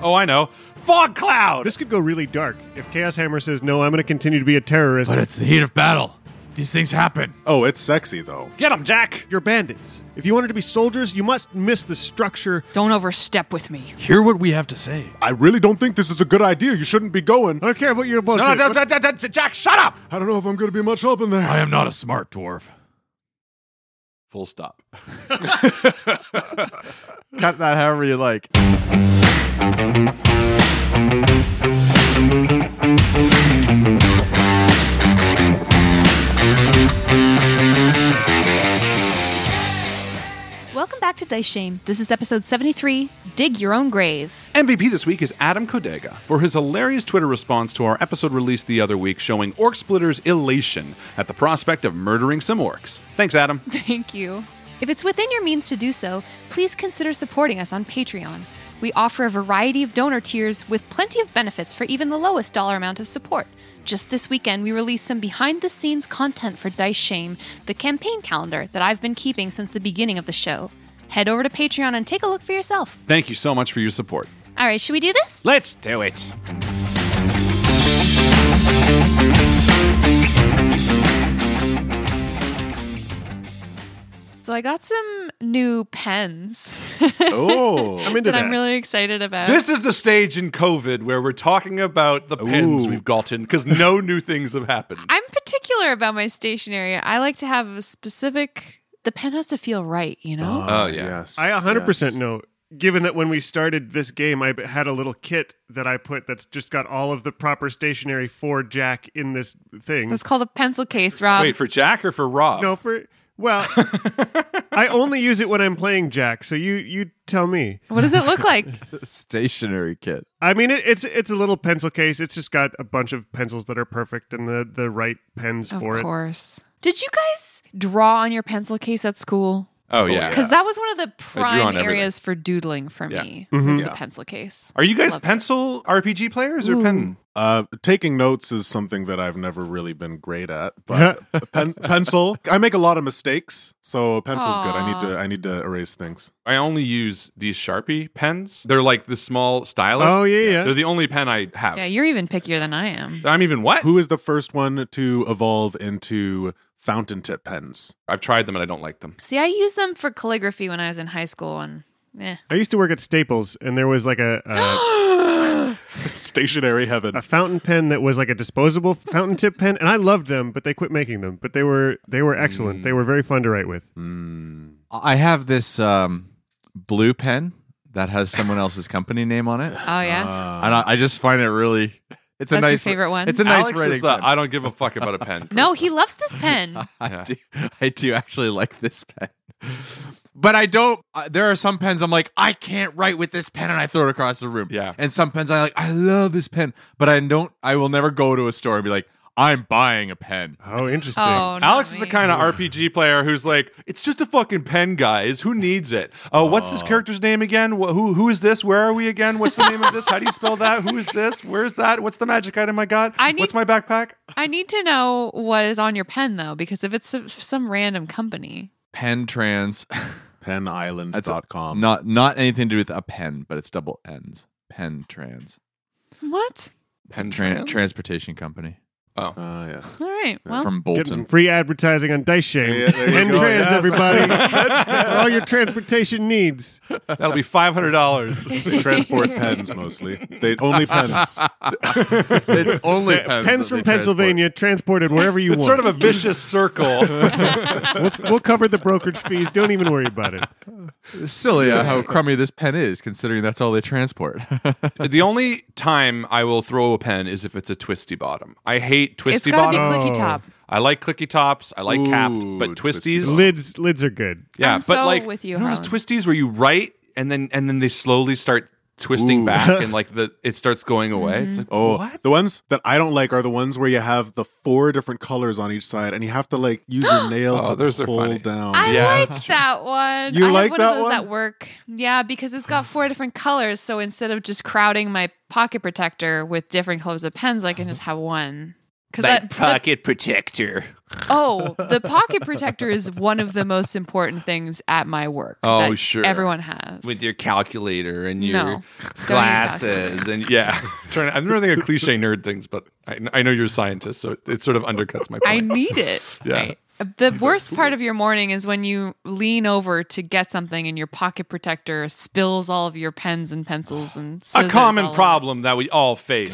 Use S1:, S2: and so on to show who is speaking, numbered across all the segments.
S1: Oh, I know. Fog cloud.
S2: This could go really dark if Chaos Hammer says, "No, I'm going to continue to be a terrorist."
S3: But it's the heat of battle. These things happen.
S4: Oh, it's sexy though.
S1: Get him, Jack.
S2: You're bandits. If you wanted to be soldiers, you must miss the structure.
S5: Don't overstep with me.
S3: Hear what we have to say.
S4: I really don't think this is a good idea. You shouldn't be going.
S2: I don't care about your bullshit.
S1: No, no, no, no, no, Jack, shut up.
S4: I don't know if I'm going to be much help in there.
S3: I am not a smart dwarf.
S1: Full stop.
S6: Cut that however you like.
S7: Welcome back to Dice Shame. This is episode 73 Dig Your Own Grave.
S8: MVP this week is Adam Kodega for his hilarious Twitter response to our episode released the other week showing Orc Splitter's elation at the prospect of murdering some orcs. Thanks, Adam.
S7: Thank you. If it's within your means to do so, please consider supporting us on Patreon. We offer a variety of donor tiers with plenty of benefits for even the lowest dollar amount of support. Just this weekend, we released some behind the scenes content for Dice Shame, the campaign calendar that I've been keeping since the beginning of the show. Head over to Patreon and take a look for yourself.
S8: Thank you so much for your support.
S7: All right, should we do this?
S1: Let's do it.
S7: So I got some new pens.
S6: Oh,
S2: I'm into
S7: that. I'm
S2: that.
S7: really excited about.
S1: This is the stage in COVID where we're talking about the pens
S8: Ooh.
S1: we've gotten because no new things have happened.
S7: I'm particular about my stationery. I like to have a specific. The pen has to feel right, you know.
S8: Oh, yeah.
S4: Yes,
S2: I 100 percent
S4: yes.
S2: know. Given that when we started this game, I b- had a little kit that I put that's just got all of the proper stationery for Jack in this thing.
S7: That's called a pencil case, Rob.
S1: Wait, for Jack or for Rob?
S2: no, for well, I only use it when I'm playing Jack. So you you tell me.
S7: what does it look like?
S6: Stationary kit.
S2: I mean, it, it's it's a little pencil case. It's just got a bunch of pencils that are perfect and the the right pens
S7: of
S2: for it.
S7: course. Did you guys draw on your pencil case at school?
S8: Oh, yeah.
S7: Because that was one of the
S8: drew on
S7: prime
S8: everything.
S7: areas for doodling for
S8: Yeah.
S7: me.
S2: Mhm.
S7: Was the
S4: Yeah.
S7: pencil case.
S1: Are you guys
S7: Love it.
S1: pencil RPG players or
S7: Ooh.
S1: pen?
S4: Uh, taking notes is something that I've never really been great at, but pen- pencil. I make a lot of mistakes, so pencil's good. I need to. I need to erase things.
S8: I only use these Sharpie pens. They're like the small stylus.
S2: Oh yeah, yeah.
S8: They're the only pen I have.
S7: Yeah, you're even pickier than I am.
S8: I'm even what?
S4: Who is the first one to evolve into fountain tip pens?
S8: I've tried them and I don't like them.
S7: See, I used them for calligraphy when I was in high school, and eh.
S2: I used to work at Staples, and there was like a, a
S9: Stationary heaven.
S2: a fountain pen that was like a disposable fountain tip pen, and I loved them, but they quit making them. But they were they were excellent.
S6: Mm.
S2: They were very fun to write with.
S10: I have this um, blue pen that has someone else's company name on it.
S7: Oh, yeah?
S4: Uh,
S10: and I, I just find it really. It's a
S7: That's your
S10: nice
S7: favorite one?
S10: It's a nice
S7: Alex is
S10: writing.
S8: the
S10: pen.
S8: I don't give a fuck about a pen.
S7: no, he loves this pen.
S10: I do. I do actually like this pen. But I don't. Uh, there are some pens I'm like, I can't write with this pen, and I throw it across the room. Yeah. And some pens I like, I love this pen, but I don't. I will never go to a store and be like, I'm buying a pen.
S2: Oh, interesting.
S7: Oh,
S8: Alex is the kind of RPG player who's like, it's just a fucking pen, guys. Who needs it? Uh, what's
S10: Oh.
S8: this character's name again? Wh- who who is this? Where are we again? What's the name of this? How do you spell that? Who is this? Where's that? What's the magic item I got?
S7: I need-
S8: what's my backpack?
S7: I need to know what is on your pen, though, because if it's some, some random company.
S10: Pen trans.
S9: Penisland.com.
S10: Not not anything to do with a pen, but it's double N's. Pen trans.
S7: What?
S10: It's a
S8: Pen
S10: tran-
S8: Trans?
S10: transportation company. Uh,
S8: Oh,
S9: Ah, yes.
S7: All right. Well,
S10: From
S2: Get some
S10: Bolton.
S2: free advertising on Dice Shame
S9: Yeah, there you
S2: and
S9: go.
S2: trans,
S9: Yes.
S2: everybody. All your transportation needs.
S8: that'll be five hundred dollars.
S9: They transport pens mostly. They only pens.
S10: it's only pens. that they
S2: Pens from
S10: transport.
S2: Pennsylvania transported wherever you
S8: It's
S2: want.
S8: sort of a vicious circle.
S2: we'll, we'll cover the brokerage fees. Don't even worry about it.
S10: Silly uh, how crummy this pen is, considering that's all they transport.
S8: the only time I will throw a pen is if it's a twisty bottom. I hate twisty
S7: it's got to be
S8: bottoms.
S7: clicky top.
S8: I like clicky tops. I like capped,
S9: Ooh,
S8: but
S9: twisty
S8: twisties.
S9: bottom.
S2: Lids lids are good.
S8: Yeah,
S7: I'm
S8: but
S7: so
S8: like
S7: with you,
S8: know those
S7: Harlan.
S8: twisties where you write and then and then they slowly start twisting
S9: Ooh.
S8: back and like the it starts going away. It's like
S9: Oh,
S8: what?
S9: the ones that I don't like are the ones where you have the four different colors on each side, and you have to like use your nail
S8: Oh,
S9: to
S8: those are
S9: pull
S8: funny.
S9: down.
S7: I
S8: Yeah.
S7: liked that one.
S9: You
S7: I
S9: like
S7: have one
S9: that
S7: of those
S9: one?
S7: at work. Yeah, because it's got four different colors. So instead of just crowding my pocket protector with different colors of pens, I can just have one. Because
S8: protector.
S7: oh, the pocket protector is one of the most important things at my work.
S8: Oh,
S7: that
S8: sure.
S7: everyone has.
S8: With your calculator and your
S7: No. Don't even
S8: glasses and yeah, Trying to- I'm never thinking of cliche nerd things, but I, I know you're a scientist, so it, it sort of undercuts my point.
S7: I need it.
S8: Yeah.
S7: Right. The worst part of your morning is when you lean over to get something and your pocket protector spills all of your pens and pencils and
S8: a
S7: scissors all
S8: common
S7: over.
S8: problem that we all face.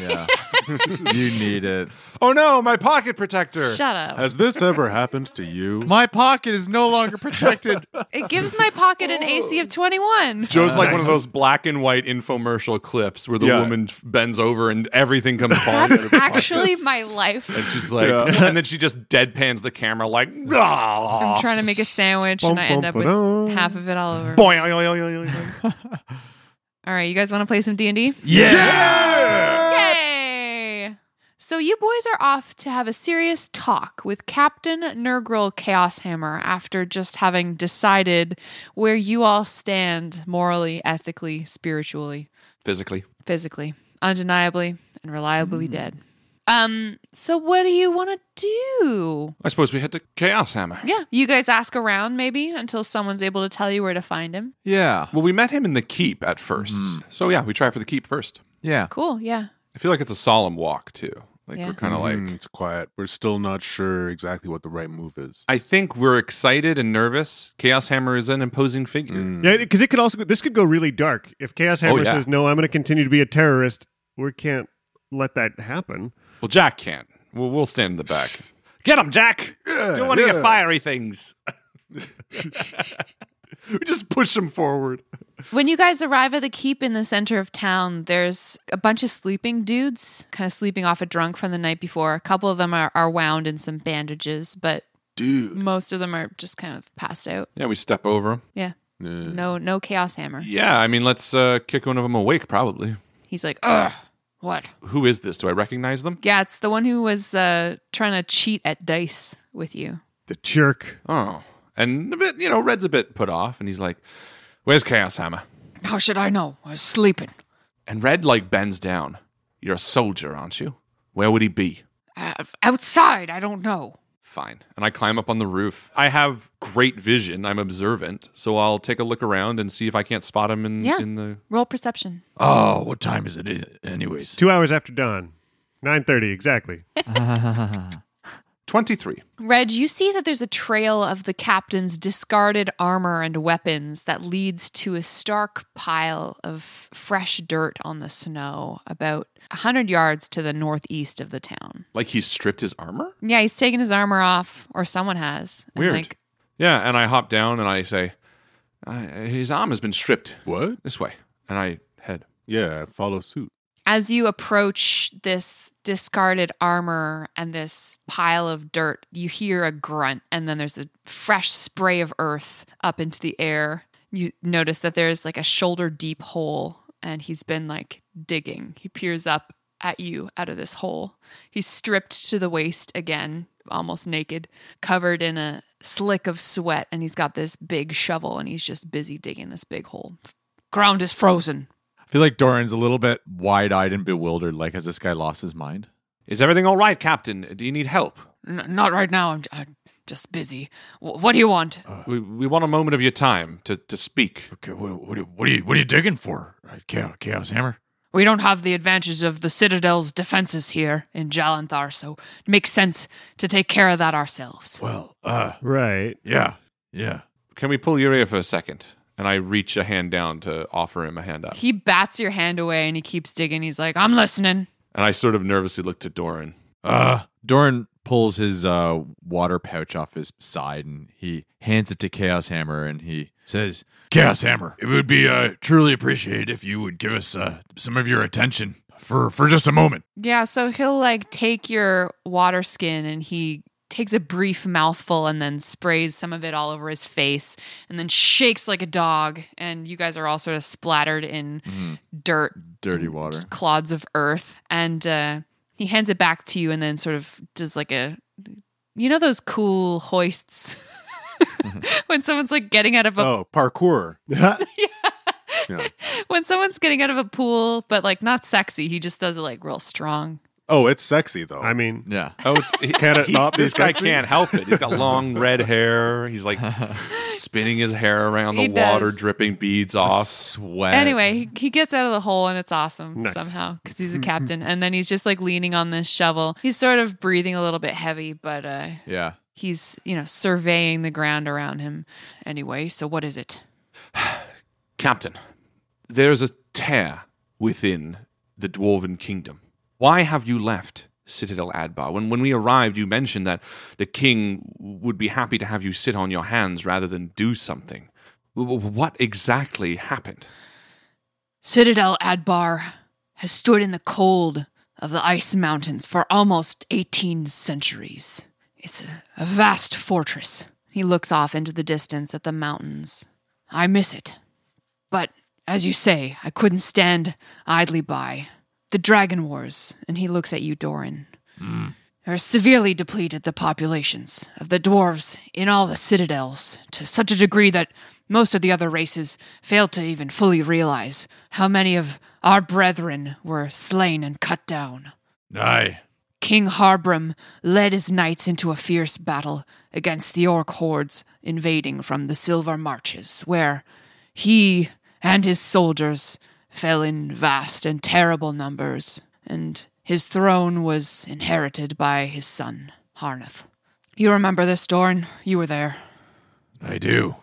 S10: you need it.
S8: oh no, my pocket protector.
S7: Shut up.
S9: Has this ever happened to you?
S10: My pocket is no longer protected.
S7: It gives my pocket an AC of 21.
S8: Joe's like one of those black and white infomercial clips where the
S9: Yeah.
S8: woman f- bends over and everything comes falling. out of her pocket.
S7: Actually, my life.
S8: And she's like,
S9: Yeah.
S8: and then she just deadpans the camera like,
S7: I'm
S8: "Ah."
S7: trying to make a sandwich and I end up with
S2: Bum-bum-ba-dum.
S7: half of it all over.
S8: Boing, oing, oing, oing, oing.
S7: All right, you guys want to play some D&D?
S10: yeah.
S7: Yay! So you boys are off to have a serious talk with Captain Nurgrel Chaoshammer after just having decided where you all stand morally, ethically, spiritually.
S8: physically.
S7: physically, undeniably, and reliably dead. Um, so what do you want to do?
S8: I suppose we head to Chaos Hammer.
S7: Yeah, you guys ask around maybe until someone's able to tell you where to find him.
S10: Yeah.
S8: Well, we met him in the keep at first, so yeah, we try for the keep first.
S10: Yeah.
S7: Cool, yeah.
S8: I feel like it's a solemn walk too. Like
S7: Yeah.
S8: we're kind of
S9: Mm,
S8: like,
S9: it's quiet. We're still not sure exactly what the right move is.
S8: I think we're excited and nervous. Chaos Hammer is an imposing figure.
S2: Yeah, because it could also this could go really dark if Chaos
S11: Oh,
S2: Hammer
S8: yeah.
S2: says no. I'm going to continue to be a terrorist. We can't let that happen.
S8: Well, Jack can't. We'll, we'll stand in the back. Get him, Jack! Don't want to get fiery things. we just push him forward.
S7: When you guys arrive at the keep in the center of town, there's a bunch of sleeping dudes, kind of sleeping off a drunk from the night before. A couple of them are, are wound in some bandages, but
S9: Dude.
S7: most of them are just kind of passed out.
S8: Yeah, we step over him.
S7: Yeah. No no chaos hammer.
S8: Yeah, I mean, let's uh, kick one of them awake, probably.
S7: He's like, Ugh, what?
S8: Who is this? Do I recognize them?
S7: Yeah, it's the one who was uh, trying to cheat at dice with you.
S2: The jerk.
S8: Oh. And a bit, you know, Red's a bit put off, and he's like, Where's Chaos Hammer?
S7: How should I know? I was sleeping.
S8: And Red, like, bends down. You're a soldier, aren't you? Where would he be?
S7: Uh, outside, I don't know.
S8: Fine. And I climb up on the roof. I have great vision. I'm observant. So I'll take a look around and see if I can't spot him in,
S7: Yeah.
S8: in the.
S7: Roll perception.
S12: Oh, what time is it? Is it anyways?
S2: Two hours after dawn, nine thirty exactly.
S8: 23.
S7: Reg, you see that there's a trail of the captain's discarded armor and weapons that leads to a stark pile of fresh dirt on the snow about 100 yards to the northeast of the town.
S8: Like he stripped his armor?
S7: Yeah, he's taken his armor off, or someone has. and,
S8: Weird.
S7: like,
S8: yeah, and I hop down and I say, uh, his arm has been stripped.
S13: What?
S8: This way. And I head.
S13: Yeah, follow suit.
S7: as you approach this discarded armor and this pile of dirt, you hear a grunt, and then there's a fresh spray of earth up into the air. You notice that there's like a shoulder deep hole, and he's been like digging. He peers up at you out of this hole. He's stripped to the waist again, almost naked, covered in a slick of sweat, and he's got this big shovel, and he's just busy digging this big hole. Ground is frozen.
S11: I feel like Doran's a little bit wide eyed and bewildered. Like, has this guy lost his mind?
S8: Is everything all right, Captain? Do you need help?
S7: N- not right now. I'm, j- I'm just busy. W- what do you want?
S8: Uh, we, we want a moment of your time to, to speak.
S2: Okay, what, what, are- what, are you, what are you digging for? Uh, Chaos, Chaos Hammer?
S7: We don't have the advantages of the Citadel's defenses here in Jalanthar, so it makes sense to take care of that ourselves.
S2: Well, Uh,
S14: right.
S2: Yeah. Yeah.
S8: Can we pull your ear for a second? And I reach a hand down to offer him a hand up.
S7: he bats your hand away and he keeps digging. He's like, I'm listening.
S8: and I sort of nervously look to Doran.
S11: Uh, Doran pulls his uh, water pouch off his side and he hands it to Chaos Hammer and he says,
S2: Chaos Hammer. It would be uh, truly appreciated if you would give us uh, some of your attention for, for just a moment.
S7: Yeah, so he'll like take your water skin and he takes a brief mouthful and then sprays some of it all over his face and then shakes like a dog. And you guys are all sort of splattered in
S8: Mm-hmm.
S7: dirt
S11: Dirty water.
S7: clods of earth and uh, he hands it back to you and then sort of does like a you know those cool hoists
S8: Mm-hmm.
S7: when someone's like getting out of a
S13: Oh, parkour. yeah.
S7: when someone's getting out of a pool but like not sexy he just does it like real strong
S13: Oh, it's sexy though. I
S14: mean,
S11: yeah.
S8: Oh, it's, he-
S13: Can it
S8: he-
S13: not be
S8: This guy
S13: sexy?
S8: can't help it. He's got long red hair. He's like spinning his hair around the
S7: He
S8: water,
S7: does.
S8: dripping beads off.
S11: Sweat.
S7: anyway he, he gets out of the hole and it's awesome
S8: Nice.
S7: somehow because he's a captain and then he's just like leaning on this shovel he's sort of breathing a little bit heavy but uh
S11: Yeah.
S7: he's you know surveying the ground around him anyway so what is it
S8: Captain, there's a tear within the Dwarven Kingdom. Why have you left Citadel Adbar? When, when we arrived, you mentioned that the king would be happy to have you sit on your hands rather than do something. W- w- What exactly happened?
S7: Citadel Adbar has stood in the cold of the ice mountains for almost 18 centuries. It's a, a vast fortress. He looks off into the distance at the mountains. I miss it. But, as you say, I couldn't stand idly by. The Dragon Wars, and he looks at you, Doran, are severely depleted the populations of the dwarves in all the citadels to such a degree that most of the other races failed to even fully realize how many of our brethren were slain and cut down.
S2: Aye.
S7: King Harbram led his knights into a fierce battle against the orc hordes invading from the Silver Marches, where he and his soldiers fell in vast and terrible numbers, and his throne was inherited by his son, Harnath. You remember this, Dorn? You were there.
S2: I do.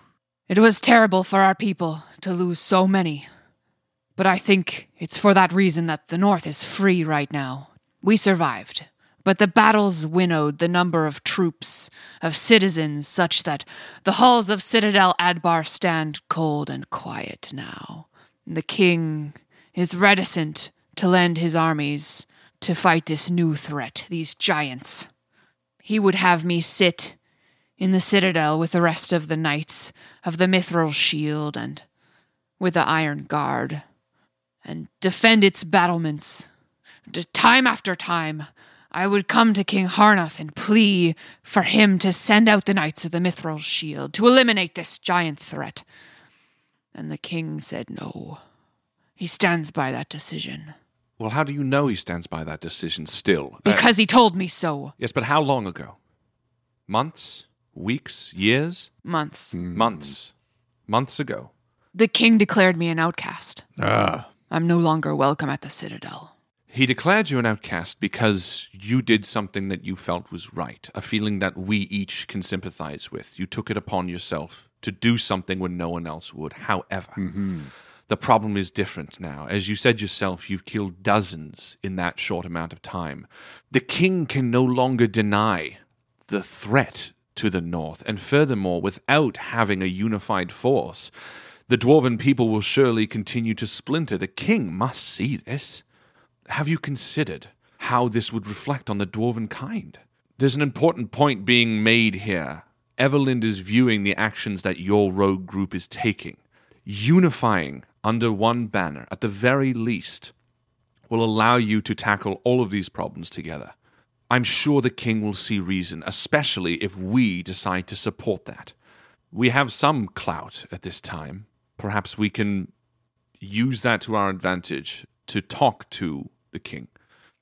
S7: It was terrible for our people to lose so many. But I think it's for that reason that the North is free right now. We survived. But the battles winnowed the number of troops, of citizens, such that the halls of Citadel Adbar stand cold and quiet now. The king is reticent to lend his armies to fight this new threat, these giants. He would have me sit in the citadel with the rest of the knights of the Mithril Shield and with the Iron Guard, and defend its battlements. D- time after time, I would come to King Harnath and plea for him to send out the knights of the Mithril Shield to eliminate this giant threat. And the king said no. He stands by that decision
S8: Well, how do you know he stands by that decision still? Uh,
S7: because he told me so.
S8: Yes, but how long ago? Months? Weeks? Years?
S7: Months.
S8: Months. Months ago.
S7: The king declared me an outcast.
S2: Ah.
S7: I'm no longer welcome at the Citadel.
S8: He declared you an outcast because you did something that you felt was right, a feeling that we each can sympathize with. You took it upon yourself to do something when no one else would. However, the problem is different now. As you said yourself, you've killed dozens in that short amount of time. The king can no longer deny the threat to the north, and furthermore, without having a unified force, the dwarven people will surely continue to splinter. The king must see this. Have you considered how this would reflect on the dwarven kind? There's an important point being made here. Everland is viewing the actions that your rogue group is taking. Unifying under one banner, at the very least, will allow you to tackle all of these problems together. I'm sure the king will see reason, especially if we decide to support that. We have some clout at this time. Perhaps we can use that to our advantage to talk to the king.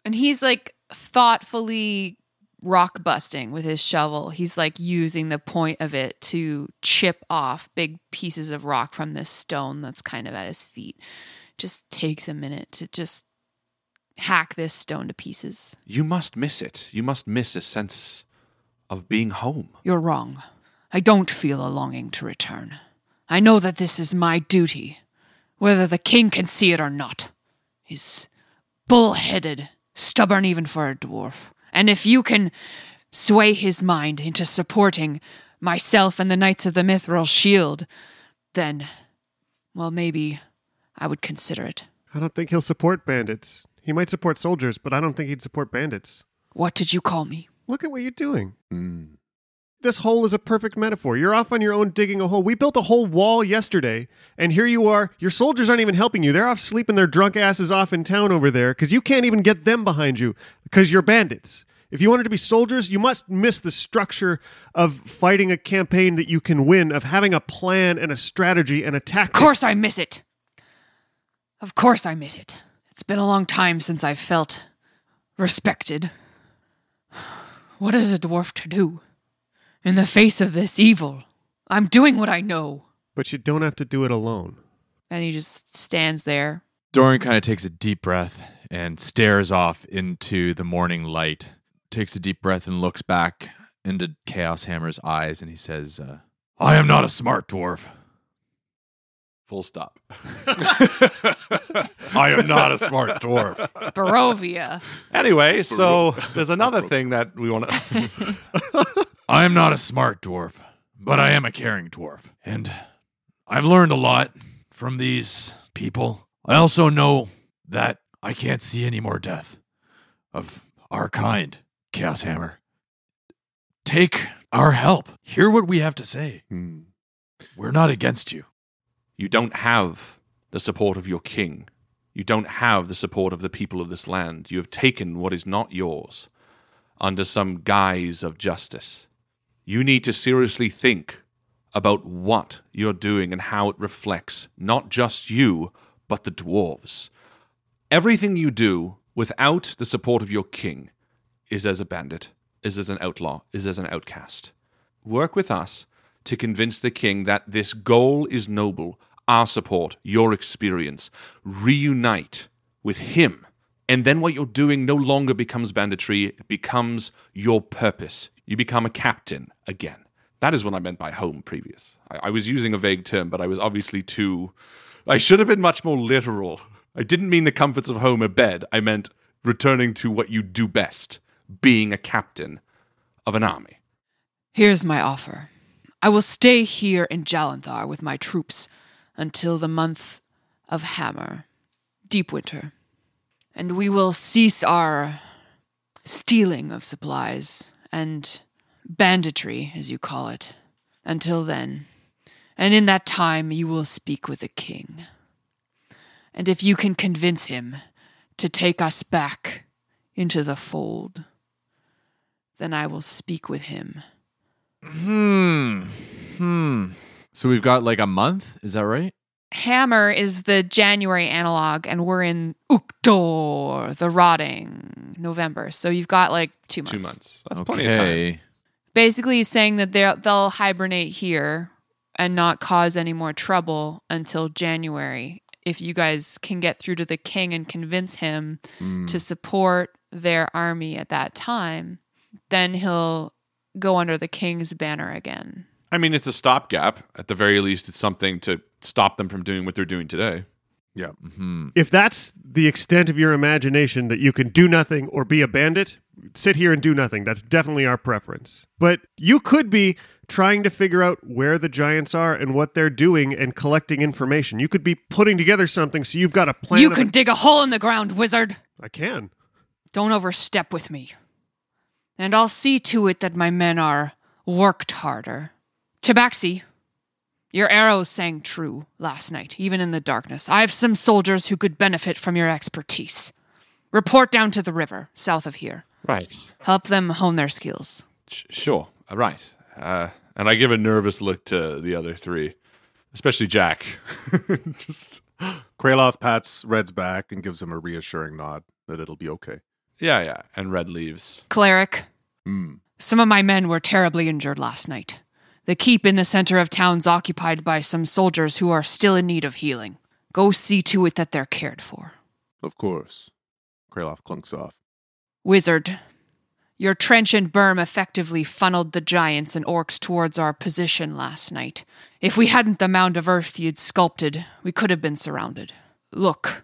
S2: And he's like thoughtfully rock busting with his shovel. He's like using the point of it to chip off big pieces of rock from this stone that's kind of at his feet. Just takes a minute to just hack this stone to pieces.
S8: You must miss it. You must miss a sense of being home.
S7: You're wrong. I don't feel a longing to return. I know that this is my duty, whether the king can see it or not. He's bull-headed, stubborn even for a dwarf. And if you can sway his mind into supporting myself and the Knights of the Mithril Shield, then, well, maybe I would consider it.
S15: I don't think he'll support bandits. He might support soldiers, but I don't think he'd support bandits.
S7: What did you call me?
S15: Look at what you're doing. This hole is a perfect metaphor. You're off on your own digging a hole. We built a whole wall yesterday, and here you are. Your soldiers aren't even helping you. They're off sleeping their drunk asses off in town over there because you can't even get them behind you because you're bandits. If you wanted to be soldiers, you must miss the structure of fighting a campaign that you can win, of having a plan and a strategy and a tactic. Of
S7: course I miss it. Of course I miss it. It's been a long time since I've felt respected. What is a dwarf to do? In the face of this evil, I'm doing what I know.
S15: But you don't have to do it alone.
S2: And he just stands there.
S10: Doran kind of takes a deep breath and stares off into the morning light. Takes a deep breath and looks back into Chaos Hammer's eyes and he says, uh, I am not a smart dwarf.
S8: Full stop. I am not a smart dwarf.
S2: Barovia.
S8: Anyway, so there's another thing that we want to.
S3: I am not a smart dwarf, but I am a caring dwarf. And I've learned a lot from these people. I also know that I can't see any more death of our kind, Chaos Hammer. Take our help. Hear what we have to say. We're not against you.
S8: You don't have the support of your king. You don't have the support of the people of this land. You have taken what is not yours under some guise of justice. You need to seriously think about what you're doing and how it reflects not just you, but the dwarves. Everything you do without the support of your king is as a bandit, is as an outlaw, is as an outcast. Work with us to convince the king that this goal is noble, our support, your experience. Reunite with him. And then what you're doing no longer becomes banditry, it becomes your purpose. You become a captain again. That is what I meant by home previous. I, I was using a vague term, but I was obviously too. I should have been much more literal. I didn't mean the comforts of home or bed. I meant returning to what you do best being a captain of an army.
S7: Here's my offer. I will stay here in Jalanthar with my troops until the month of Hammer, Deep Winter, and we will cease our stealing of supplies and banditry, as you call it, until then. And in that time, you will speak with the king. And if you can convince him to take us back into the fold, then I will speak with him.
S10: Hmm. Hmm. So we've got like a month. Is that right?
S2: Hammer is the January analog, and we're in Uktor, the rotting November. So you've got like two months.
S8: Two months. That's plenty of time.
S2: Basically, he's saying that they'll, they'll hibernate here and not cause any more trouble until January
S8: if you guys can get through to the king and convince him
S16: Mm.
S8: to support their army at that time, then he'll go under the king's banner again.
S17: I mean, it's a stopgap. At the very least, it's something to stop them from doing what they're doing today.
S18: Yeah.
S2: If that's the extent of your imagination that you can do nothing or be a bandit, sit here and do nothing. That's definitely our preference. But you could be trying to figure out where the giants are and what they're doing and collecting information. You could be putting together something so you've got a plan.
S8: you
S2: of
S8: can
S2: a-
S8: dig a hole in the ground, wizard.
S2: I can.
S8: Don't overstep with me. And I'll see to it that my men are worked harder. Tabaxi, your arrows sang true last night, even in the darkness. I have some soldiers who could benefit from your expertise. Report down to the river, south of here.
S17: Right.
S8: Help them hone their skills.
S17: Sure. Uh, Right. Uh, and I give a nervous look to the other three, especially Jack. Just
S18: Kraloth pats Red's back and gives him a reassuring nod that it'll be okay.
S17: yeah, yeah. And Red leaves.
S8: Cleric,
S18: Mm.
S8: Some of my men were terribly injured last night. The keep in the center of town's occupied by some soldiers who are still in need of healing. Go see to it that they're cared for.
S18: Of course. Kraloth clunks off.
S8: Wizard, your trench and berm effectively funneled the giants and orcs towards our position last night. If we hadn't the mound of earth you'd sculpted, we could have been surrounded. Look.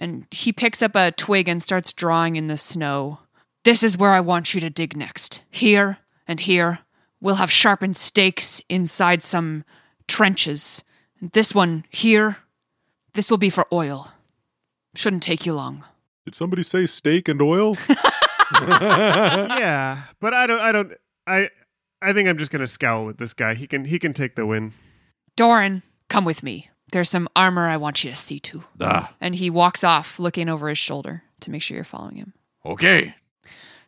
S8: And he picks up a twig and starts drawing in the snow. This is where I want you to dig next. Here and here. We'll have sharpened stakes inside some trenches. This one here. This will be for oil. Shouldn't take you long.
S18: Did somebody say steak and oil?
S2: Uh, yeah, but I don't I don't I I think I'm just going to scowl at this guy. He can he can take the win.
S8: Doran, come with me. There's some armor I want you to see to.
S19: Ah.
S8: And he walks off, looking over his shoulder to make sure you're following him.
S19: Okay.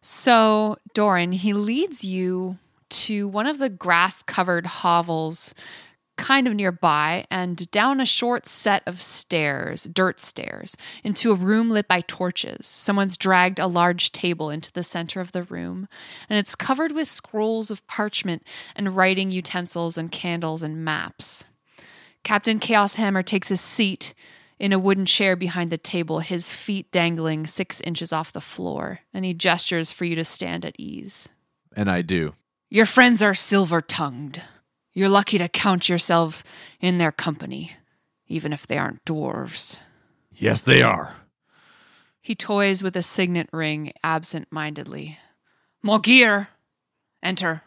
S8: So, Doran, he leads you to one of the grass covered hovels kind of nearby and down a short set of stairs, dirt stairs, into a room lit by torches. Someone's dragged a large table into the center of the room, and it's covered with scrolls of parchment and writing utensils and candles and maps. Captain Chaos Hammer takes his seat in a wooden chair behind the table, his feet dangling six inches off the floor, and he gestures for you to stand at ease.
S10: And I do.
S8: Your friends are silver tongued. You're lucky to count yourselves in their company, even if they aren't dwarves.
S19: Yes, they are.
S8: He toys with a signet ring absent mindedly. Morgir! Enter.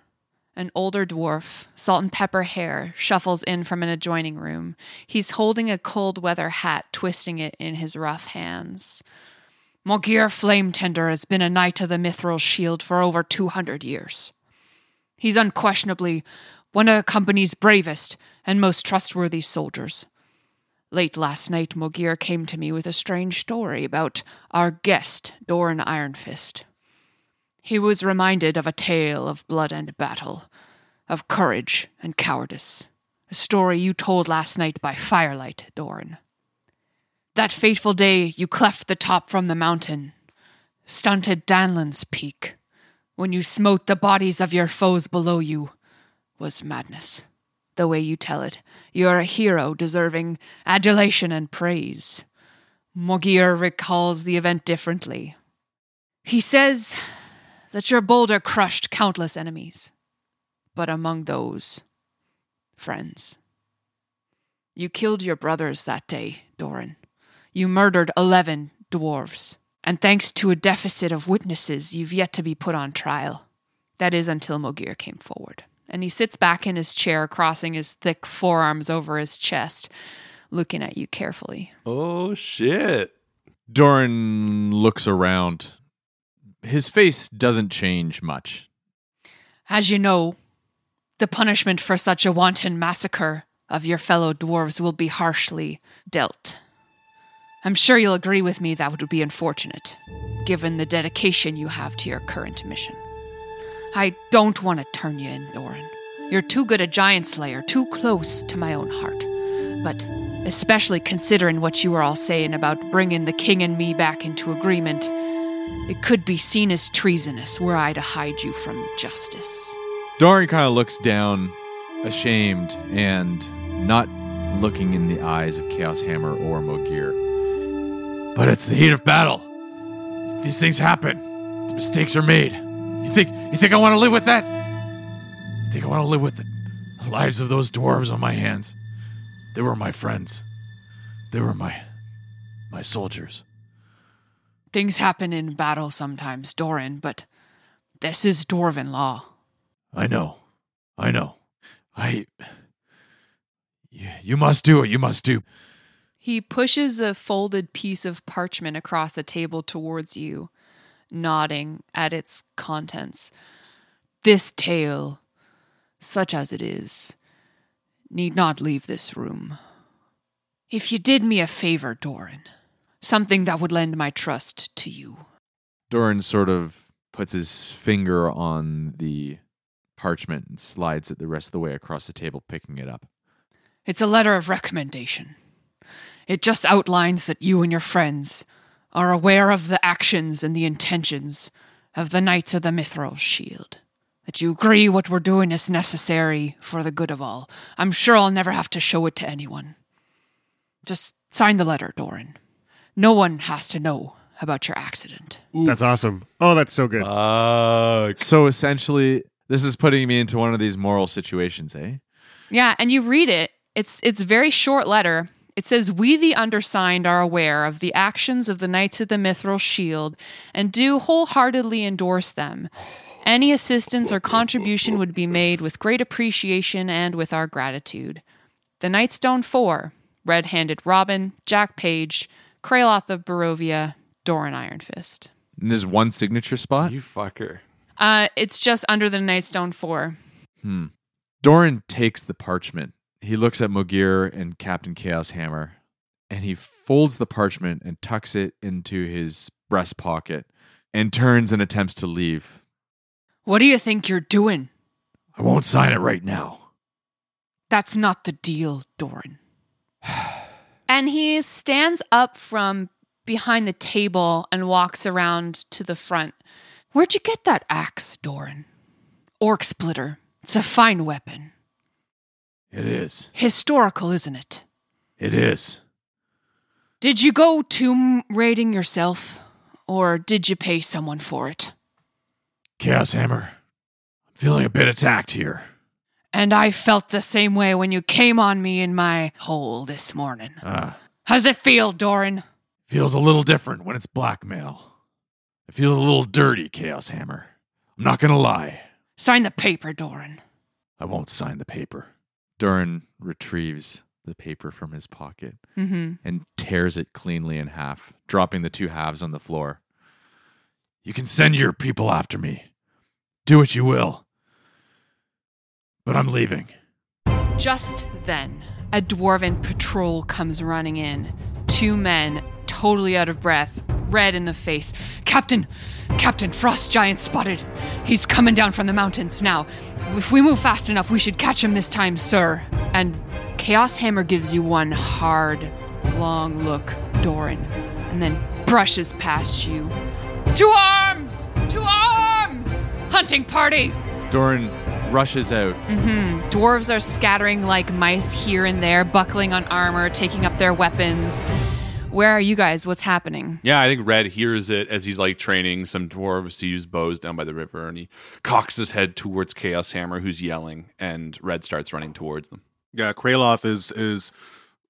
S8: An older dwarf, salt and pepper hair, shuffles in from an adjoining room. He's holding a cold weather hat, twisting it in his rough hands. Morgir Flametender has been a knight of the Mithril Shield for over 200 years. He's unquestionably one of the company's bravest and most trustworthy soldiers. Late last night, Mogir came to me with a strange story about our guest, Doran Ironfist. He was reminded of a tale of blood and battle, of courage and cowardice, a story you told last night by firelight, Doran. That fateful day, you cleft the top from the mountain, stunted Danlin's peak, when you smote the bodies of your foes below you, was madness. The way you tell it, you're a hero deserving adulation and praise. Mogir recalls the event differently. He says that your boulder crushed countless enemies, but among those, friends. You killed your brothers that day, Doran. You murdered 11 dwarves. And thanks to a deficit of witnesses, you've yet to be put on trial. That is until Mogir came forward. And he sits back in his chair, crossing his thick forearms over his chest, looking at you carefully.
S17: Oh, shit.
S10: Doran looks around. His face doesn't change much.
S8: As you know, the punishment for such a wanton massacre of your fellow dwarves will be harshly dealt. I'm sure you'll agree with me that would be unfortunate, given the dedication you have to your current mission. I don't want to turn you in, Doran. You're too good a giant slayer, too close to my own heart. But especially considering what you were all saying about bringing the king and me back into agreement, it could be seen as treasonous were I to hide you from justice.
S10: Doran kind of looks down, ashamed, and not looking in the eyes of Chaos Hammer or Mogir. But it's the heat of battle. These things happen. The mistakes are made. You think you think I want to live with that? You think I want to live with the lives of those dwarves on my hands? They were my friends. They were my my soldiers.
S20: Things happen in battle sometimes, Doran, but this is Dwarven law.
S10: I know. I know. I you, you must do what you must do.
S20: He pushes a folded piece of parchment across the table towards you, nodding at its contents. This tale, such as it is, need not leave this room. If you did me a favor, Doran, something that would lend my trust to you.
S10: Doran sort of puts his finger on the parchment and slides it the rest of the way across the table, picking it up.
S20: It's a letter of recommendation. It just outlines that you and your friends are aware of the actions and the intentions of the Knights of the Mithril Shield. That you agree what we're doing is necessary for the good of all. I'm sure I'll never have to show it to anyone. Just sign the letter, Doran. No one has to know about your accident.
S2: That's awesome. Oh, that's so good.
S10: so essentially, this is putting me into one of these moral situations, eh?
S7: Yeah, and you read it. It's it's a very short letter. It says, "We the undersigned are aware of the actions of the Knights of the Mithril Shield and do wholeheartedly endorse them. Any assistance or contribution would be made with great appreciation and with our gratitude. The Nightstone Four, Red-Handed Robin, Jack Page, Kraloth of Barovia, Doran Ironfist.
S10: And there's one signature spot?
S8: You fucker.
S7: Uh, it's just under the Nightstone Four.
S10: Hmm. Doran takes the parchment. He looks at Mogir and Captain Chaos Hammer, and he folds the parchment and tucks it into his breast pocket and turns and attempts to leave.
S20: What do you think you're doing?
S10: I won't sign it right now.
S20: That's not the deal, Doran.
S7: And he stands up from behind the table and walks around to the front.
S20: Where'd you get that axe, Doran? Orc splitter. It's a fine weapon.
S10: It is.
S20: Historical, isn't it?
S10: It is.
S20: Did you go tomb raiding yourself, or did you pay someone for it?
S21: Chaos Hammer. I'm feeling a bit attacked here.
S20: And I felt the same way when you came on me in my hole this morning.
S21: Ah,
S20: How's it feel, Doran?
S21: feels a little different when it's blackmail. It feels a little dirty, Chaos Hammer. I'm not gonna lie.
S20: Sign the paper, Doran.
S21: I won't sign the paper.
S10: Doran retrieves the paper from his pocket
S20: Mhm.
S10: and tears it cleanly in half, dropping the two halves on the floor.
S21: You can send your people after me. Do what you will. But I'm leaving.
S20: Just then, a dwarven patrol comes running in. Two men, totally out of breath, red in the face. Captain! Captain, Frost Giant spotted! He's coming down from the mountains now. If we move fast enough, we should catch him this time, sir. And Chaos Hammer gives you one hard, long look, Doran, and then brushes past you. To arms! To arms! Hunting party!
S10: Doran rushes out.
S7: hmm Dwarves are scattering like mice here and there, buckling on armor, taking up their weapons. Where are you guys? What's happening?
S8: Yeah, I think Red hears it as he's like training some dwarves to use bows down by the river, and he cocks his head towards Chaos Hammer, who's yelling, and Red starts running towards them.
S22: Yeah, Kraloth is is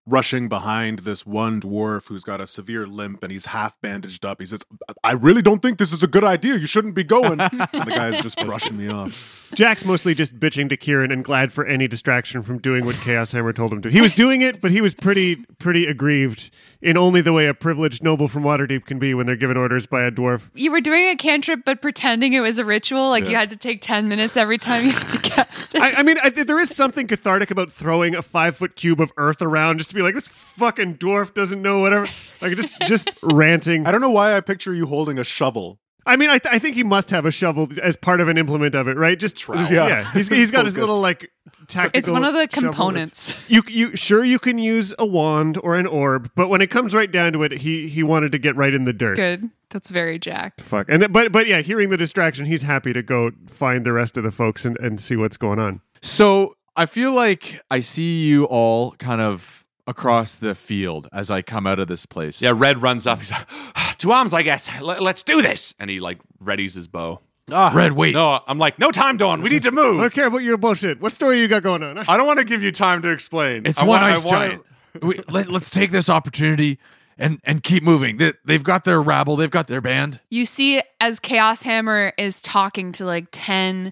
S22: rushing behind this one dwarf who's got a severe limp and he's half bandaged up. He says, "I really don't think this is a good idea. You shouldn't be going." and the guy's just brushing me off.
S2: Jack's mostly just bitching to Kieran and glad for any distraction from doing what Chaos Hammer told him to. He was doing it, but he was pretty pretty aggrieved in only the way a privileged noble from Waterdeep can be when they're given orders by a dwarf.
S7: You were doing a cantrip, but pretending it was a ritual. Like you
S2: Yeah.
S7: had to take 10 minutes every time you had to cast it.
S2: I, I mean, I, there is something cathartic about throwing a five foot cube of earth around just to be like, this fucking dwarf doesn't know whatever. Like, just just ranting. I
S22: don't know why I picture you holding a shovel.
S2: I mean, I, th- I think he must have a shovel as part of an implement of it, right? Just Yeah, he's, he's got his
S22: Focused.
S2: little like tactical.
S7: It's one of the
S2: shovel that's-
S7: components.
S2: You you sure you can use a wand or an orb, but when it comes right down to it, he he wanted to get right in the dirt.
S7: Good. That's very Jack.
S2: Fuck. And th- but but yeah, hearing the distraction, he's happy to go find the rest of the folks and, and see what's going on.
S10: So I feel like I see you all kind of across the field as I come out of this place.
S8: Yeah, Red runs up. He's like, "Ah, two arms, I guess. Let- let's do this. And he like readies his bow.
S10: Ah. Red, wait.
S8: No, I'm like, no time, Dawn. We need to
S15: I
S8: move.
S15: don't care about your bullshit. What story you got going on?
S8: I don't want to give you time to explain.
S3: It's
S8: I
S3: one
S8: wa- I
S3: ice
S8: wanna-
S3: giant. we, let, let's take this opportunity and and keep moving. They, they've got their rabble. They've got their band.
S7: You see, as Chaos Hammer is talking to like 10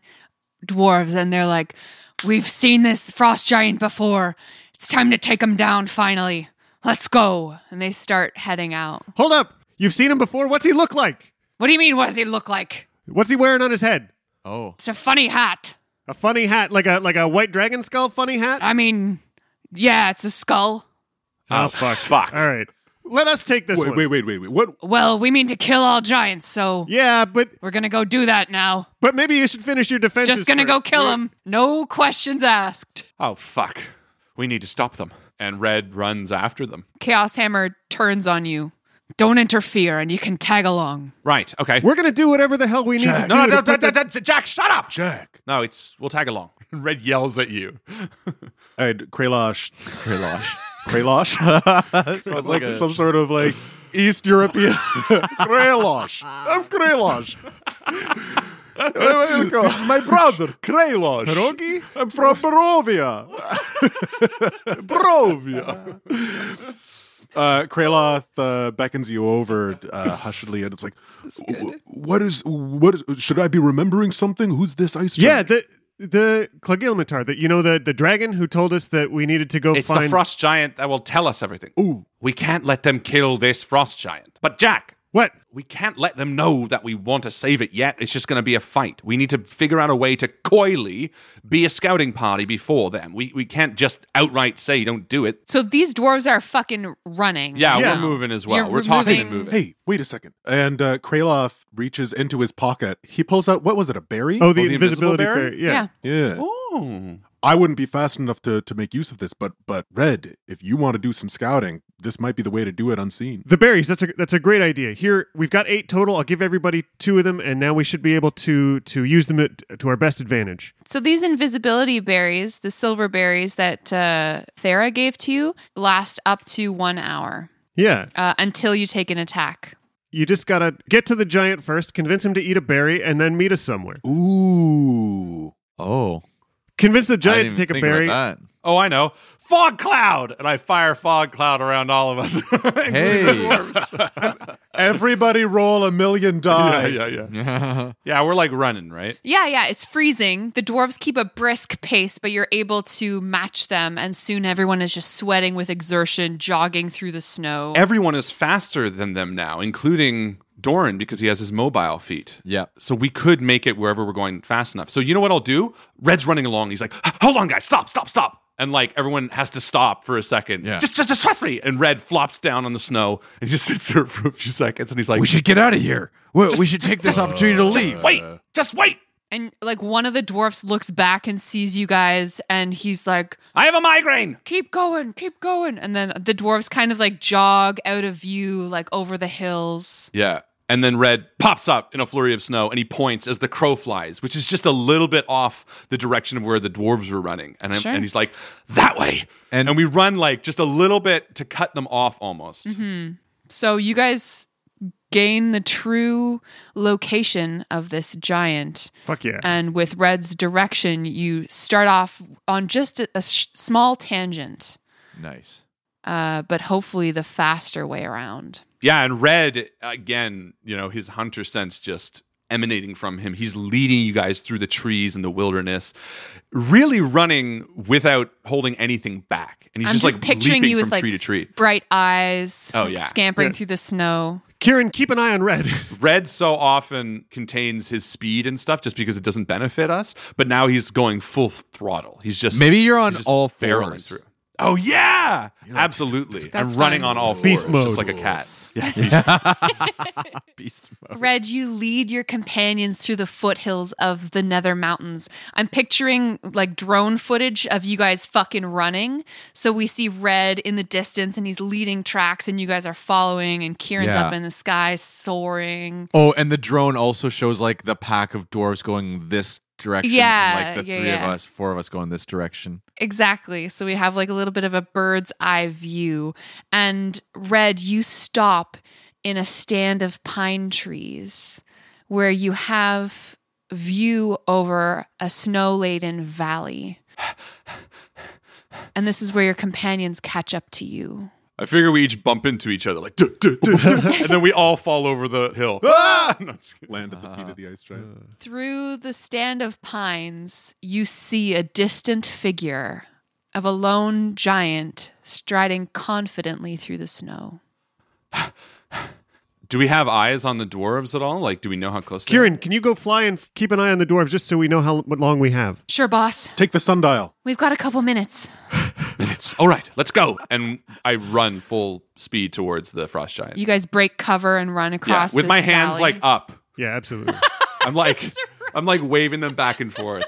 S7: dwarves, and they're like, We've seen this frost giant before. It's time to take him down finally. Let's go. And they start heading out.
S15: Hold up. You've seen him before. What's he look like?
S7: What do you mean? What does he look like?
S15: What's he wearing on his head?
S10: Oh.
S7: It's a funny hat.
S15: A funny hat, like a like a white dragon skull funny hat?
S7: I mean, yeah, it's a skull.
S15: Oh, fuck. fuck. All right. Let us take this
S4: wait,
S15: one.
S4: Wait, wait, wait, wait. What?
S7: Well, we mean to kill all giants, so.
S15: Yeah, but.
S7: We're gonna go do that now.
S15: But maybe you should finish your defenses.
S7: Just gonna go
S15: first.
S7: kill him. No questions asked.
S8: Oh, fuck. We need to stop them. And Red runs after them.
S7: Chaos Hammer turns on you. Don't interfere, and you can tag along.
S8: Right. Okay.
S15: We're gonna do whatever the hell we need to
S8: Jack.
S15: do.
S8: No, no,
S15: to
S8: no,
S15: put
S8: no,
S15: the-
S8: no, no, Jack, shut up. Jack. No, it's we'll tag along. Red yells at you.
S4: I'd Kralosh.
S10: Kralosh.
S4: Kralosh. Sounds like
S10: like a-
S4: some sort of like East European. Kralosh. I'm Kralosh. this is my brother, Kralosh.
S15: Pierogi?
S4: I'm from Barovia. Barovia. Uh, Kraloth uh, beckons you over uh, hushedly, and it's like, "Wh- "What is? What is? Should I be remembering something? Who's this ice?
S15: Yeah,
S4: giant?"
S15: the the Klagilmatar, that you know the the dragon who told us that we needed to go
S8: It's
S15: find
S8: the frost giant that will tell us everything.
S4: Ooh.
S8: We can't let them kill this frost giant. But Jack,
S15: What?
S8: we can't let them know that we want to save it yet. It's just going to be a fight. We need to figure out a way to coyly be a scouting party before them. We we can't just outright say don't do it.
S7: So these dwarves are fucking running.
S8: Yeah,
S7: now.
S8: we're moving as well.
S7: You're
S8: we're talking and
S7: moving-
S8: moving.
S4: Hey, wait a second. And uh, Kraloth reaches into his pocket. He pulls out what was it? A berry?
S15: Oh, the, invisibility
S8: invisible
S15: fairy. Yeah.
S4: Yeah.
S8: Oh.
S4: I wouldn't be fast enough to, to make use of this, but but Red, if you want to do some scouting, this might be the way to do it unseen.
S15: The berries, that's a that's a great idea. Here we've got eight total. I'll give everybody two of them, and now we should be able to to use them at, to our best advantage.
S2: So these invisibility berries, the silver berries that uh, Thera gave to you, last up to one hour
S15: Yeah.
S2: uh, until you take an attack.
S15: You just gotta get to the giant first, convince him to eat a berry, and then meet us somewhere.
S4: Ooh.
S10: Oh.
S15: Convince the
S10: I
S15: giant
S10: didn't
S15: to take
S10: even
S15: a
S10: think about
S15: berry.
S10: that.
S8: Oh, I know. Fog cloud, and I fire fog cloud around all of us. including the
S10: Hey.
S8: dwarves.
S4: Everybody roll a million
S8: yeah,
S4: die.
S8: yeah, yeah.
S10: Yeah.
S8: Yeah, we're like running, right?
S2: Yeah, yeah, it's freezing. The dwarves keep a brisk pace, but you're able to match them, and soon everyone is just sweating with exertion, jogging through the snow.
S8: Everyone is faster than them now, including Doran because he has his mobile feet.
S10: Yeah.
S8: So we could make it wherever we're going fast enough. So you know what I'll do? Red's running along. He's like, "Hold on, guys, stop, stop, stop!" And like everyone has to stop for a second.
S10: Yeah.
S8: Just, just, just trust me. And Red flops down on the snow and just sits there for a few seconds. And he's like,
S3: We should get out of here. We, we should take this opportunity to
S8: just
S3: leave.
S8: wait, just wait.
S7: And like one of the dwarfs looks back and sees you guys, and he's like,
S8: I have a migraine."
S7: keep going, keep going. And then the dwarves kind of like jog out of view, like over the hills.
S8: Yeah. And then Red pops up in a flurry of snow and he points as the crow flies, which is just a little bit off the direction of where the dwarves were running. And, I'm,
S7: Sure.
S8: and he's like, that way. And, we run like just a little bit to cut them off almost.
S7: Mm-hmm. So you guys gain the true location of this giant.
S15: Fuck yeah.
S7: And with Red's direction, you start off on just a, a sh- small tangent,
S10: Nice.
S7: uh, but hopefully the faster way around.
S8: Yeah. And Red, again, you know, his hunter sense just emanating from him. He's leading you guys through the trees and the wilderness, really running without holding anything back. And he's
S7: I'm
S8: just,
S7: just
S8: like
S7: picturing
S8: leaping
S7: you with,
S8: from
S7: like,
S8: tree to tree.
S7: Bright eyes,
S8: Oh,
S7: like,
S8: yeah.
S7: scampering
S15: Yeah.
S7: through the snow.
S15: Kieran, keep an eye on Red.
S8: Red so often contains his speed and stuff just because it doesn't benefit us, but now he's going full throttle. He's just
S10: Maybe you're on
S8: he's just
S10: all
S8: barreling
S10: fours.
S8: Oh yeah, absolutely.
S7: That's
S8: I'm running
S7: fine.
S8: on all
S15: Beast
S8: fours, just
S15: mode.
S8: like a cat.
S10: Beast mode.
S2: Red, you lead your companions through the foothills of the Nether Mountains. I'm picturing like drone footage of you guys fucking running. So we see Red in the distance and he's leading tracks, and you guys are following, and Kieran's
S10: Yeah.
S2: up in the sky soaring.
S10: Oh, and the drone also shows like the pack of dwarves going this direction.
S2: Yeah,
S10: and like the
S2: yeah,
S10: three
S2: yeah.
S10: of us, four of us go in this direction.
S2: Exactly. So we have like a little bit of a bird's eye view. And Red, you stop in a stand of pine trees where you have view over a snow laden valley. And this is where your companions catch up to you.
S8: I figure we each bump into each other, like, "Duh, duh, duh, duh," and then we all fall over the hill. Ah! No, I'm just kidding. Uh,
S4: Land at the feet of the ice giant.
S2: Through the stand of pines, you see a distant figure of a lone giant striding confidently through the snow.
S8: Do we have eyes on the dwarves at all? Like, do we know how close? they
S15: Kieran, can you go fly and f- keep an eye on the dwarves just so we know how what long we have?
S2: Sure, boss.
S4: Take the sundial.
S2: We've got a couple minutes.
S8: are? Minutes. All right, let's go. And I run full speed towards the frost giant.
S2: You guys break cover and run
S8: yeah,
S2: across
S8: with
S2: this
S8: my hands
S2: valley.
S8: like uh, up.
S15: Yeah, absolutely.
S8: I'm like, I'm like waving them back and forth.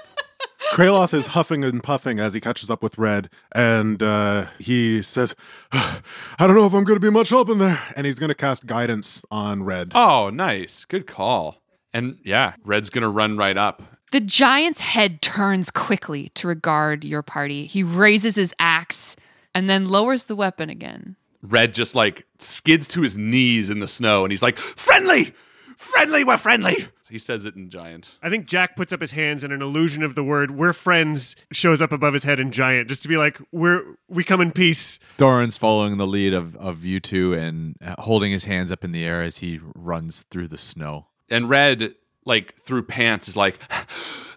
S4: Kraloth is huffing and puffing as he catches up with Red, and uh, he says, "I don't know if I'm going to be much help in there." And he's going to cast guidance on Red.
S8: Oh, nice, good call. And yeah, Red's gonna run right up.
S2: The giant's head turns quickly to regard your party. He raises his axe and then lowers the weapon again.
S8: Red just like skids to his knees in the snow, and he's like, "Friendly, friendly, we're friendly." He says it in giant.
S15: I think Jack puts up his hands and an illusion of the word "we're friends" shows up above his head in giant, just to be like, "We're we come in peace."
S10: Doran's following the lead of, of you two and uh, holding his hands up in the air as he runs through the snow.
S8: And Red, like through pants, is like,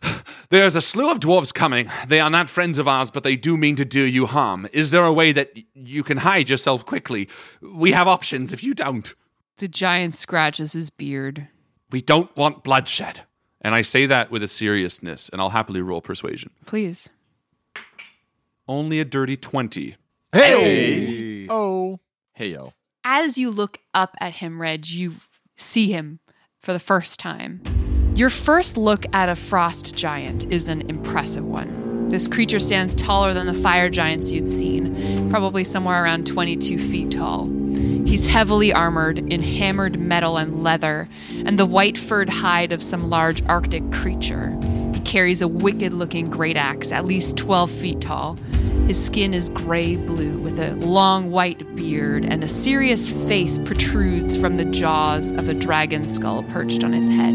S8: There's a slew of dwarves coming. They are not friends of ours, but they do mean to do you harm. Is there a way that y- you can hide yourself quickly? We have options if you don't.
S2: The giant scratches his beard.
S8: We don't want bloodshed. And I say that with a seriousness, and I'll happily roll persuasion.
S2: Please.
S8: Only a dirty 20.
S10: Hey!
S8: Oh!
S10: Hey yo.
S2: As you look up at him, Red, you see him for the first time. Your first look at a frost giant is an impressive one. This creature stands taller than the fire giants you'd seen, probably somewhere around 22 feet tall. He's heavily armored in hammered metal and leather, and the white furred hide of some large arctic creature. He carries a wicked looking great axe, at least 12 feet tall. His skin is gray blue with a long white beard, and a serious face protrudes from the jaws of a dragon skull perched on his head,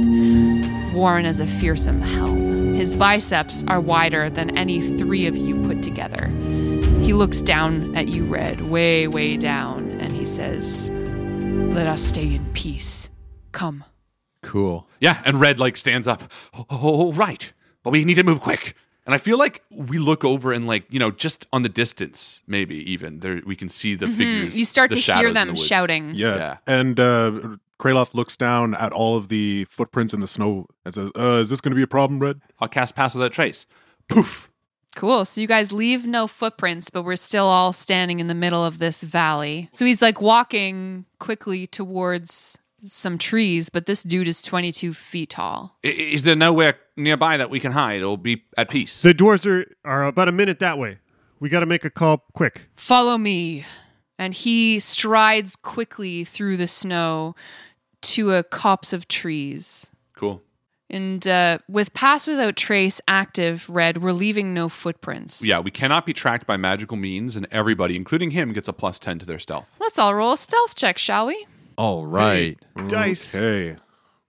S2: worn as a fearsome helm. His biceps are wider than any three of you put together. He looks down at you, Red, way, way down, and he says, Let us stay in peace. Come.
S10: Cool.
S8: Yeah, and Red like stands up. Oh, oh, oh, right. But we need to move quick. And I feel like we look over and like, you know, just on the distance, maybe even there we can see the
S2: Mhm.
S8: figures.
S2: You start
S8: the
S2: to hear
S8: shadows in
S2: them
S8: the woods.
S2: shouting.
S4: Yeah. And uh, Kraloth looks down at all of the footprints in the snow and says, uh, "Is this going to be a problem, Red?"
S8: I'll cast Pass Without Trace.
S2: Cool. So you guys leave no footprints, but we're still all standing in the middle of this valley. So he's like walking quickly towards some trees, but this dude is 22 feet tall.
S8: I- Is there nowhere nearby that we can hide or be at peace?
S15: The dwarves are are about a minute that way. We got to make a call quick.
S2: Follow me. And he strides quickly through the snow to a copse of trees.
S8: Cool.
S2: And uh, with Pass Without Trace active, Red, we're leaving no footprints.
S8: Yeah, we cannot be tracked by magical means, and everybody, including him, gets a plus 10 to their stealth.
S2: Let's all roll a stealth check, shall we?
S10: All
S8: Oh, right.
S15: Dice.
S4: Okay.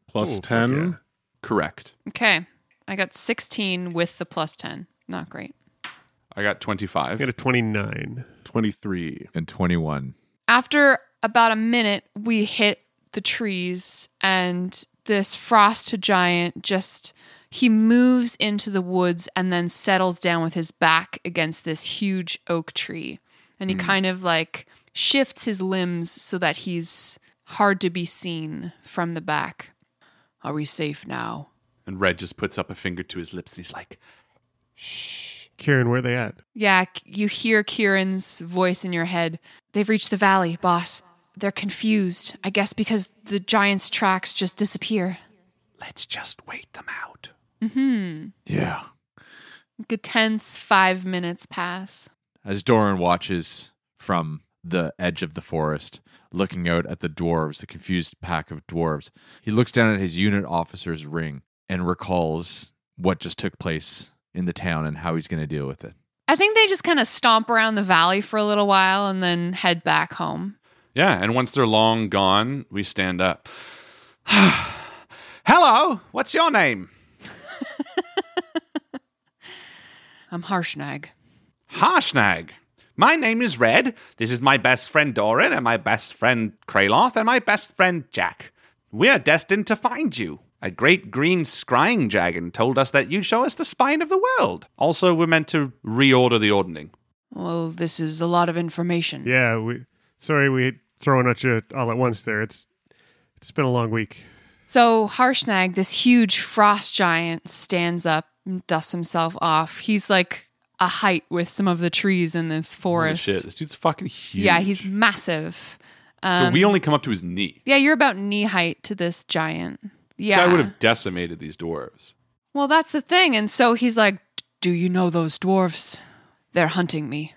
S4: Plus
S8: Ooh,
S4: 10.
S8: Correct.
S2: Okay. I got 16 with the plus 10. Not great.
S8: I got 25. I
S15: got a 29.
S4: 23.
S10: And 21.
S2: After about a minute, we hit the trees, and this frost giant just he moves into the woods and then settles down with his back against this huge oak tree. And he
S7: Mm.
S2: kind of like shifts his limbs so that he's hard to be seen from the back. Are we safe now?
S8: And Red just puts up a finger to his lips and he's like,
S15: Kieran, where are they at?
S2: Yeah, K- you hear Kieran's voice in your head. They've reached the valley, boss. They're confused, I guess, because the giant's tracks just disappear.
S8: let's just wait them out.
S2: Mm-hmm.
S10: Yeah.
S2: A tense five minutes pass.
S10: As Doran watches from the edge of the forest, looking out at the dwarves, the confused pack of dwarves, he looks down at his unit officer's ring and recalls
S23: what just took place in the town and how he's going to deal with it.
S2: I think they just kind of stomp around the valley for a little while and then head back home.
S8: Yeah, and once they're long gone, we stand up. Hello, what's your name?
S2: I'm Harshnag.
S8: Harshnag. My name is Red. This is my best friend Doran, and my best friend Kraloth, and my best friend Jack. We are destined to find you. A great green scrying dragon told us that you show us the spine of the world. Also, we're meant to reorder the ordning.
S2: Well, this is a lot of information.
S24: Yeah, we sorry we throwing at you all at once there. It's it's been a long week.
S2: So Harshnag, this huge frost giant, stands up and dusts himself off. He's like a height with some of the trees in this
S8: Holy
S2: forest.
S8: shit, this dude's fucking huge.
S2: Yeah, he's massive. Um,
S8: so we only come up to his knee.
S2: Yeah, you're about knee height to this giant.
S8: Yeah. This guy
S2: Yeah.
S8: would have decimated these dwarves.
S2: Well, that's the thing. And so he's like, Do you know those dwarfs? They're hunting me.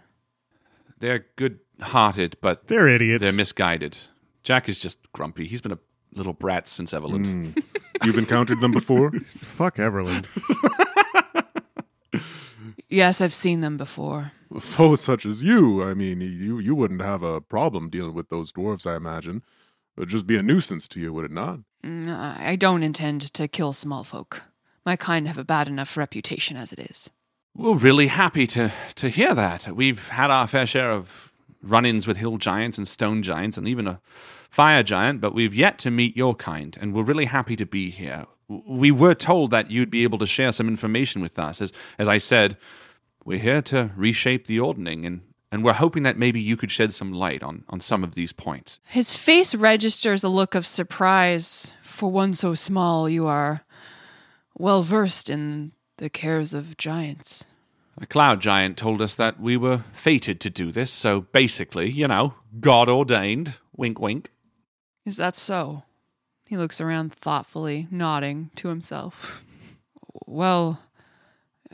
S8: They're good hearted, but
S24: they're idiots.
S8: They're misguided. Jack is just grumpy. He's been a little brat since Everland.
S25: You've encountered them before?
S24: Fuck Everland.
S2: Yes, I've seen them before.
S25: Foes Oh, such as you, I mean, you you wouldn't have a problem dealing with those dwarves, I imagine. It would just be a nuisance to you, would it not?
S2: Mm, I I don't intend to kill small folk. My kind have a bad enough reputation as it is.
S8: We're really happy to, to hear that. We've had our fair share of run ins with hill giants and stone giants and even a fire giant, but we've yet to meet your kind, and we're really happy to be here. W- We were told that you'd be able to share some information with us. As, as I said, we're here to reshape the ordning, and, and we're hoping that maybe you could shed some light on, on some of these points.
S2: His face registers a look of surprise. For one so small, you are well versed in the cares of giants.
S8: A cloud giant told us that we were fated to do this, so basically, you know, God ordained. Wink, wink.
S2: Is that so? He looks around thoughtfully, nodding to himself. Well,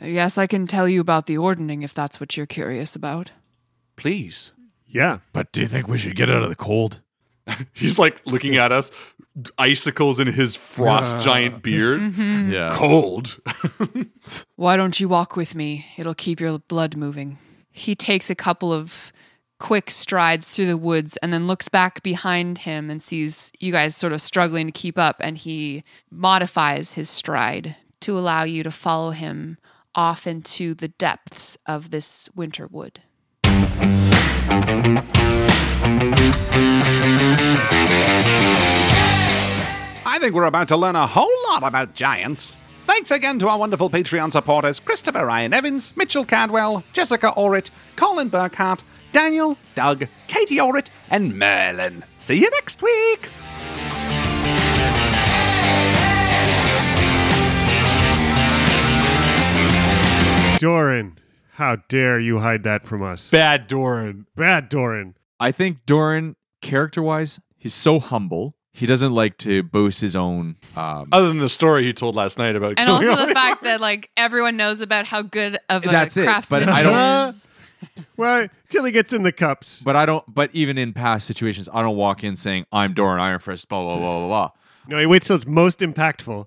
S2: yes, I can tell you about the ordning if that's what you're curious about.
S8: Please.
S24: Yeah.
S26: But do you think we should get out of the cold?
S8: He's like looking at us, icicles in his frost
S26: Ah.
S8: giant beard.
S2: Mhm.
S26: Yeah.
S8: Cold.
S2: Why don't you walk with me? It'll keep your blood moving. He takes a couple of quick strides through the woods and then looks back behind him and sees you guys sort of struggling to keep up and he modifies his stride to allow you to follow him off into the depths of this winter wood.
S8: I think we're about to learn a whole lot about giants. Thanks again to our wonderful Patreon supporters Christopher Ryan Evans, Mitchell Cadwell, Jessica Orrit, Colin Burkhart, Daniel, Doug, Katie Orrit, and Merlin. See you next week!
S24: Doran, how dare you hide that from us?
S23: Bad Doran.
S24: Bad Doran.
S23: I think Doran, character wise, he's so humble. He doesn't like to boast his own. Um,
S8: Other than the story he told last night about
S2: And also the fact that like everyone knows about how good of a
S23: That's it, but
S2: craftsman
S23: I
S2: he
S23: don't-
S2: is.
S24: Well, till he gets in the cups.
S23: But I don't. But even in past situations, I don't walk in saying I'm Doran Iron Fist. Blah blah blah blah blah.
S24: No, he waits till it's most impactful.